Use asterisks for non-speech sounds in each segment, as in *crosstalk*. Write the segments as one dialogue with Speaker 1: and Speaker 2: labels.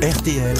Speaker 1: RTL.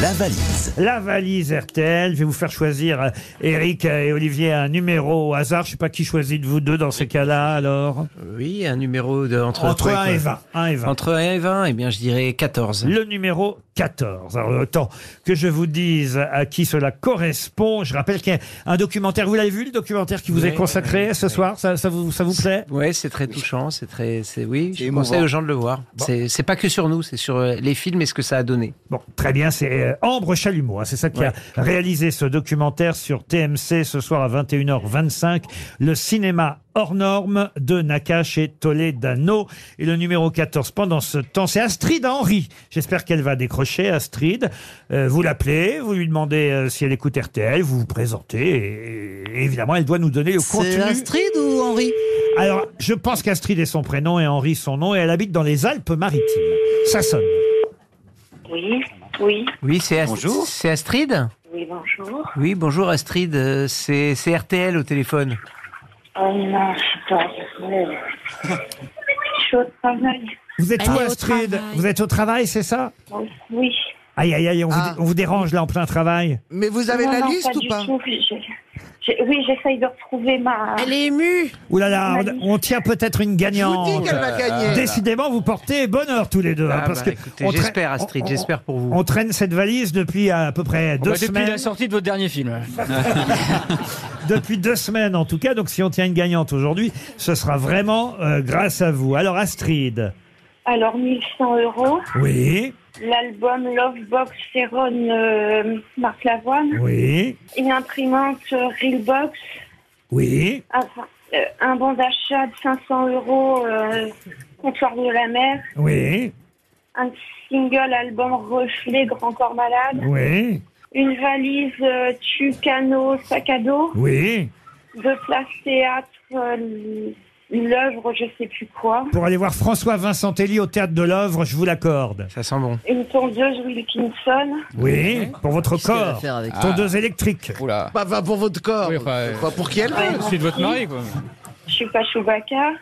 Speaker 1: La valise.
Speaker 2: La valise RTL. Je vais vous faire choisir, euh, Eric et Olivier, un numéro au hasard. Je sais pas qui choisit de vous deux dans ces cas-là, alors.
Speaker 3: Oui, un numéro de, entre,
Speaker 2: Entre
Speaker 3: trois
Speaker 2: 1 et
Speaker 3: quoi.
Speaker 2: 20. 1 et 20.
Speaker 3: Entre 1 et 20, eh bien, je dirais 14.
Speaker 2: Le numéro 14. Alors, le temps que je vous dise à qui cela correspond, je rappelle qu'il y a un documentaire. Vous l'avez vu, le documentaire qui vous
Speaker 3: Oui,
Speaker 2: est consacré ce soir ça, ça vous, ça vous plaît
Speaker 3: Ouais, c'est très touchant, c'est très, c'est oui. Je
Speaker 4: émouvant.
Speaker 3: conseille aux gens de le voir. C'est, c'est pas que sur nous, c'est sur euh, les films et ce que ça a donné.
Speaker 2: Bon, très bien, c'est euh, Ambre Chalumeau, hein, c'est ça qui a réalisé ce documentaire sur TMC ce soir à 21h25, le cinéma hors norme de Nakache et Toledano. Et le numéro 14 pendant ce temps, c'est Astrid Henry. J'espère qu'elle va décrocher, Astrid. Euh, vous l'appelez, vous lui demandez euh, si elle écoute RTL, vous vous présentez, et, et évidemment, elle doit nous donner le contenu.
Speaker 5: Astrid ou Henri
Speaker 2: Alors, je pense qu'Astrid est son prénom et Henri son nom, et elle habite dans les Alpes-Maritimes. Ça sonne.
Speaker 6: Oui, oui,
Speaker 3: Oui, c'est Ast-
Speaker 4: Bonjour.
Speaker 3: C'est Astrid.
Speaker 6: oui, bonjour.
Speaker 3: Oui, bonjour Astrid. euh, C'est, c'est RTL au téléphone.
Speaker 6: Oh non, je suis pas heureuse. Je suis au travail.
Speaker 2: Vous êtes
Speaker 5: Elle
Speaker 2: où,
Speaker 5: est au
Speaker 2: Astrid
Speaker 5: travail.
Speaker 2: Vous êtes au travail, c'est ça
Speaker 6: Oh, Oui.
Speaker 2: Aïe, aïe, aïe, on,
Speaker 4: Ah.
Speaker 2: vous, on vous dérange là en plein travail.
Speaker 4: Mais vous avez
Speaker 6: Non,
Speaker 4: la
Speaker 6: non,
Speaker 4: liste ou
Speaker 6: du
Speaker 4: pas
Speaker 6: tout. Je- je- oui, j'essaye de retrouver ma.
Speaker 5: Elle est émue.
Speaker 2: Ouh là là,
Speaker 6: Manu.
Speaker 2: on, on tient peut-être une
Speaker 4: Je vous dis
Speaker 2: gagnante.
Speaker 4: qu'elle va gagner.
Speaker 2: Décidément, vous portez bonheur tous les deux. hein,
Speaker 3: Ah,
Speaker 2: parce
Speaker 3: bah,
Speaker 2: que
Speaker 3: écoutez,
Speaker 2: on traîne-
Speaker 3: j'espère Astrid,
Speaker 2: on- on-
Speaker 3: j'espère pour vous.
Speaker 2: On traîne cette valise depuis à peu près deux
Speaker 7: Bah, depuis
Speaker 2: semaines.
Speaker 7: la sortie de votre dernier film.
Speaker 2: *laughs* Depuis deux semaines en tout cas. Donc si on tient une gagnante aujourd'hui, ce sera vraiment euh, grâce à vous. Alors Astrid.
Speaker 6: Alors, 1100 euros.
Speaker 2: Oui,
Speaker 6: L'album Lovebox Céron euh, Marc Lavoine.
Speaker 2: oui,
Speaker 6: Une imprimante euh, Realbox.
Speaker 2: oui.
Speaker 6: Enfin, euh, un bon d'achat de 500 euros. euh, Comptoir de la mer.
Speaker 2: Oui,
Speaker 6: Un single album Reflet Grand Corps Malade.
Speaker 2: oui,
Speaker 6: Une valise euh, Tucano Sac à dos.
Speaker 2: oui.
Speaker 6: de place théâtre, euh, l'œuvre, je sais plus quoi,
Speaker 2: Pour aller voir François Vincent Telly au théâtre de l'œuvre, je vous l'accorde.
Speaker 3: Ça sent bon.
Speaker 6: une tondeuse Wilkinson,
Speaker 2: Oui, pour votre
Speaker 5: Qu'est-ce qu'elle va
Speaker 2: corps.
Speaker 5: faire avec
Speaker 2: Tondeuse électrique.
Speaker 7: Oula.
Speaker 4: Bah, bah, pour votre corps.
Speaker 7: Oui, enfin, euh,
Speaker 4: Enfin, pour qui elle veut.
Speaker 7: C'est de votre mari, quoi.
Speaker 6: je suis pas Chewbacca.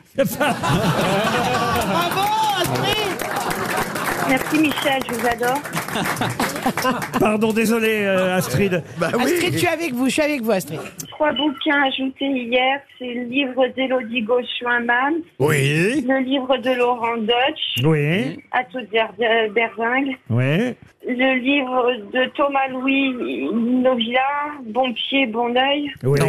Speaker 6: Merci Michel, je vous adore.
Speaker 2: *laughs* Pardon, désolé euh, Astrid.
Speaker 4: Bah oui.
Speaker 5: Astrid, je suis avec vous, je suis avec vous, Astrid.
Speaker 6: Trois bouquins ajoutés hier, c'est le livre d'Élodie Gauchuin-Mam,
Speaker 2: Oui.
Speaker 6: le livre de Laurent Deutsch,
Speaker 2: Oui.
Speaker 6: à toute der- der- berzingue,
Speaker 2: Oui.
Speaker 6: le livre de Thomas Louis Novilla, Bon pied, bon oeil,
Speaker 2: Oui.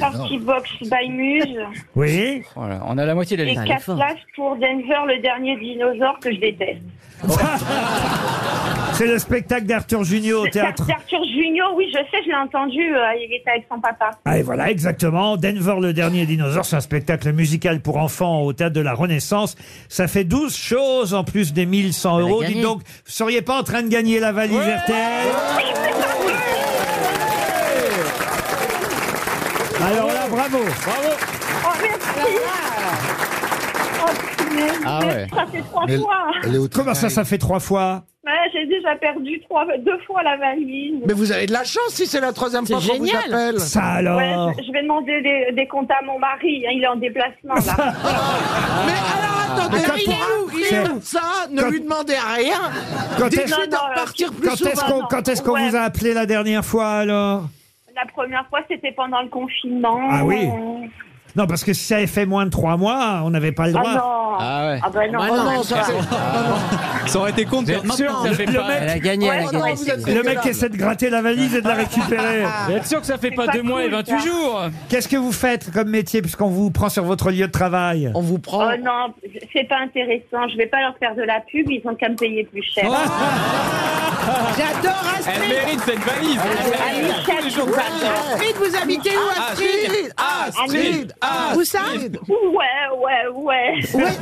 Speaker 6: Party Box by Muse,
Speaker 2: Oui. *laughs*
Speaker 7: Voilà, on a la moitié de la
Speaker 6: et
Speaker 7: liste.
Speaker 5: elle est
Speaker 6: quatre
Speaker 5: forte.
Speaker 6: places pour Denver, le dernier dinosaure que je déteste.
Speaker 2: C'est le spectacle d'Arthur Junior au théâtre.
Speaker 6: C'est Arthur Junior, oui, je sais, je l'ai entendu, euh, il était avec son papa.
Speaker 2: Ah, et voilà, exactement. Denver, le dernier dinosaure, c'est un spectacle musical pour enfants au théâtre de la Renaissance. Ça fait 12 choses en plus des 1100 euros. Dites
Speaker 5: gagné.
Speaker 2: donc, vous seriez pas en train de gagner la valise RTL Alors là, bravo.
Speaker 6: Oh, merci Oh, mais-
Speaker 8: Ah
Speaker 6: mais
Speaker 8: ouais.
Speaker 6: Ça fait trois
Speaker 8: Mais-
Speaker 6: fois
Speaker 8: Elle est au
Speaker 2: Comment ça,
Speaker 8: travail.
Speaker 2: ça fait trois fois
Speaker 6: Ouais, J'ai déjà perdu trois, deux fois la valise.
Speaker 4: Mais vous avez de la chance si c'est la troisième
Speaker 5: C'est
Speaker 4: fois qu'on vous
Speaker 5: génial.
Speaker 4: appelle.
Speaker 2: Ça
Speaker 6: Ouais,
Speaker 2: alors
Speaker 6: je, je vais demander des, des comptes à mon mari, hein, il est en
Speaker 2: *laughs*
Speaker 6: déplacement là.
Speaker 5: Ah,
Speaker 7: Ah.
Speaker 4: Mais alors attendez,
Speaker 2: Alors, il est il
Speaker 4: pour
Speaker 2: est
Speaker 4: un
Speaker 2: où
Speaker 4: prix, ça, ne
Speaker 2: Quand-
Speaker 4: lui demandez rien.
Speaker 2: Quand est-ce
Speaker 4: Dites-lui de
Speaker 6: Non, non,
Speaker 4: repartir plus
Speaker 2: quand est-ce
Speaker 4: souvent.
Speaker 2: qu'on quand est-ce qu'on
Speaker 6: Ouais.
Speaker 2: vous a appelé la dernière fois alors
Speaker 6: La première fois, c'était pendant le confinement.
Speaker 2: Ah oui.
Speaker 6: Euh,
Speaker 2: Non, parce que si ça avait fait moins de trois mois, on n'avait pas le
Speaker 6: Ah
Speaker 2: droit.
Speaker 6: non
Speaker 8: Ah ouais.
Speaker 6: Ah bah non,
Speaker 5: Ah non, ça, c'est-
Speaker 7: Ça aurait été con de
Speaker 3: Vous êtes
Speaker 7: maintenant.
Speaker 3: sûr
Speaker 7: ça fait
Speaker 2: Le
Speaker 7: pas-
Speaker 3: Elle
Speaker 2: mec,
Speaker 3: a gagné, elle a
Speaker 6: Ouais,
Speaker 3: gagné.
Speaker 6: non,
Speaker 4: vous êtes
Speaker 2: le mec
Speaker 4: dégueulasse.
Speaker 2: essaie de gratter la valise et de la
Speaker 6: *laughs*
Speaker 2: récupérer.
Speaker 7: Vous êtes sûr que ça fait
Speaker 6: C'est
Speaker 7: pas
Speaker 6: pas
Speaker 7: deux mois et
Speaker 6: cool,
Speaker 7: 28
Speaker 6: ça.
Speaker 7: jours
Speaker 2: Qu'est-ce que vous faites comme métier puisqu'on vous prend sur votre lieu de travail
Speaker 4: On vous
Speaker 6: Oh
Speaker 4: prend.
Speaker 6: non, c'est pas intéressant, je vais pas leur faire de la pub, ils ont qu'à me payer plus cher.
Speaker 5: J'adore Astrid.
Speaker 7: Elle mérite cette valise
Speaker 6: Ah, Michel, je vous adore.
Speaker 5: Astrid, vous habitez où, Astrid
Speaker 4: Ah, Astrid, Astrid,
Speaker 5: Où ça
Speaker 4: Astrid.
Speaker 6: Ouais, ouais, ouais.
Speaker 5: Où est-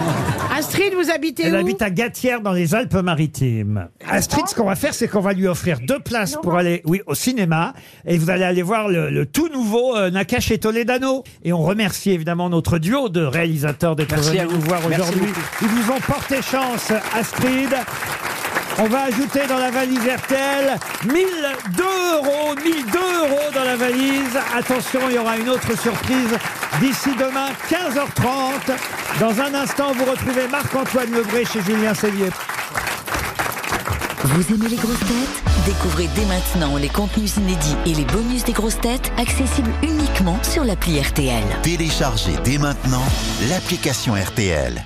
Speaker 5: Astrid, vous habitez
Speaker 2: Elle
Speaker 5: où
Speaker 2: habite à Gatière dans les Alpes-Maritimes. Astrid, ce qu'on va faire, c'est qu'on va lui offrir deux places pour aller oui, au cinéma. Et vous allez aller voir le, le tout nouveau euh, Nakache et Toledano. Et on remercie évidemment notre duo de réalisateurs d'être
Speaker 3: Merci
Speaker 2: venus
Speaker 3: à vous.
Speaker 2: nous voir
Speaker 3: Merci
Speaker 2: aujourd'hui.
Speaker 3: beaucoup.
Speaker 2: Ils vous ont porté chance, Astrid. On va ajouter dans la valise RTL 1002 euros, 1002 euros dans la valise. Attention, il y aura une autre surprise d'ici demain, 15h30. Dans un instant, vous retrouvez Marc-Antoine Lebré chez Julien Cellier.
Speaker 8: Vous aimez les grosses têtes Découvrez dès maintenant les contenus inédits et les bonus des grosses têtes accessibles uniquement sur l'appli RTL.
Speaker 1: Téléchargez dès maintenant l'application RTL.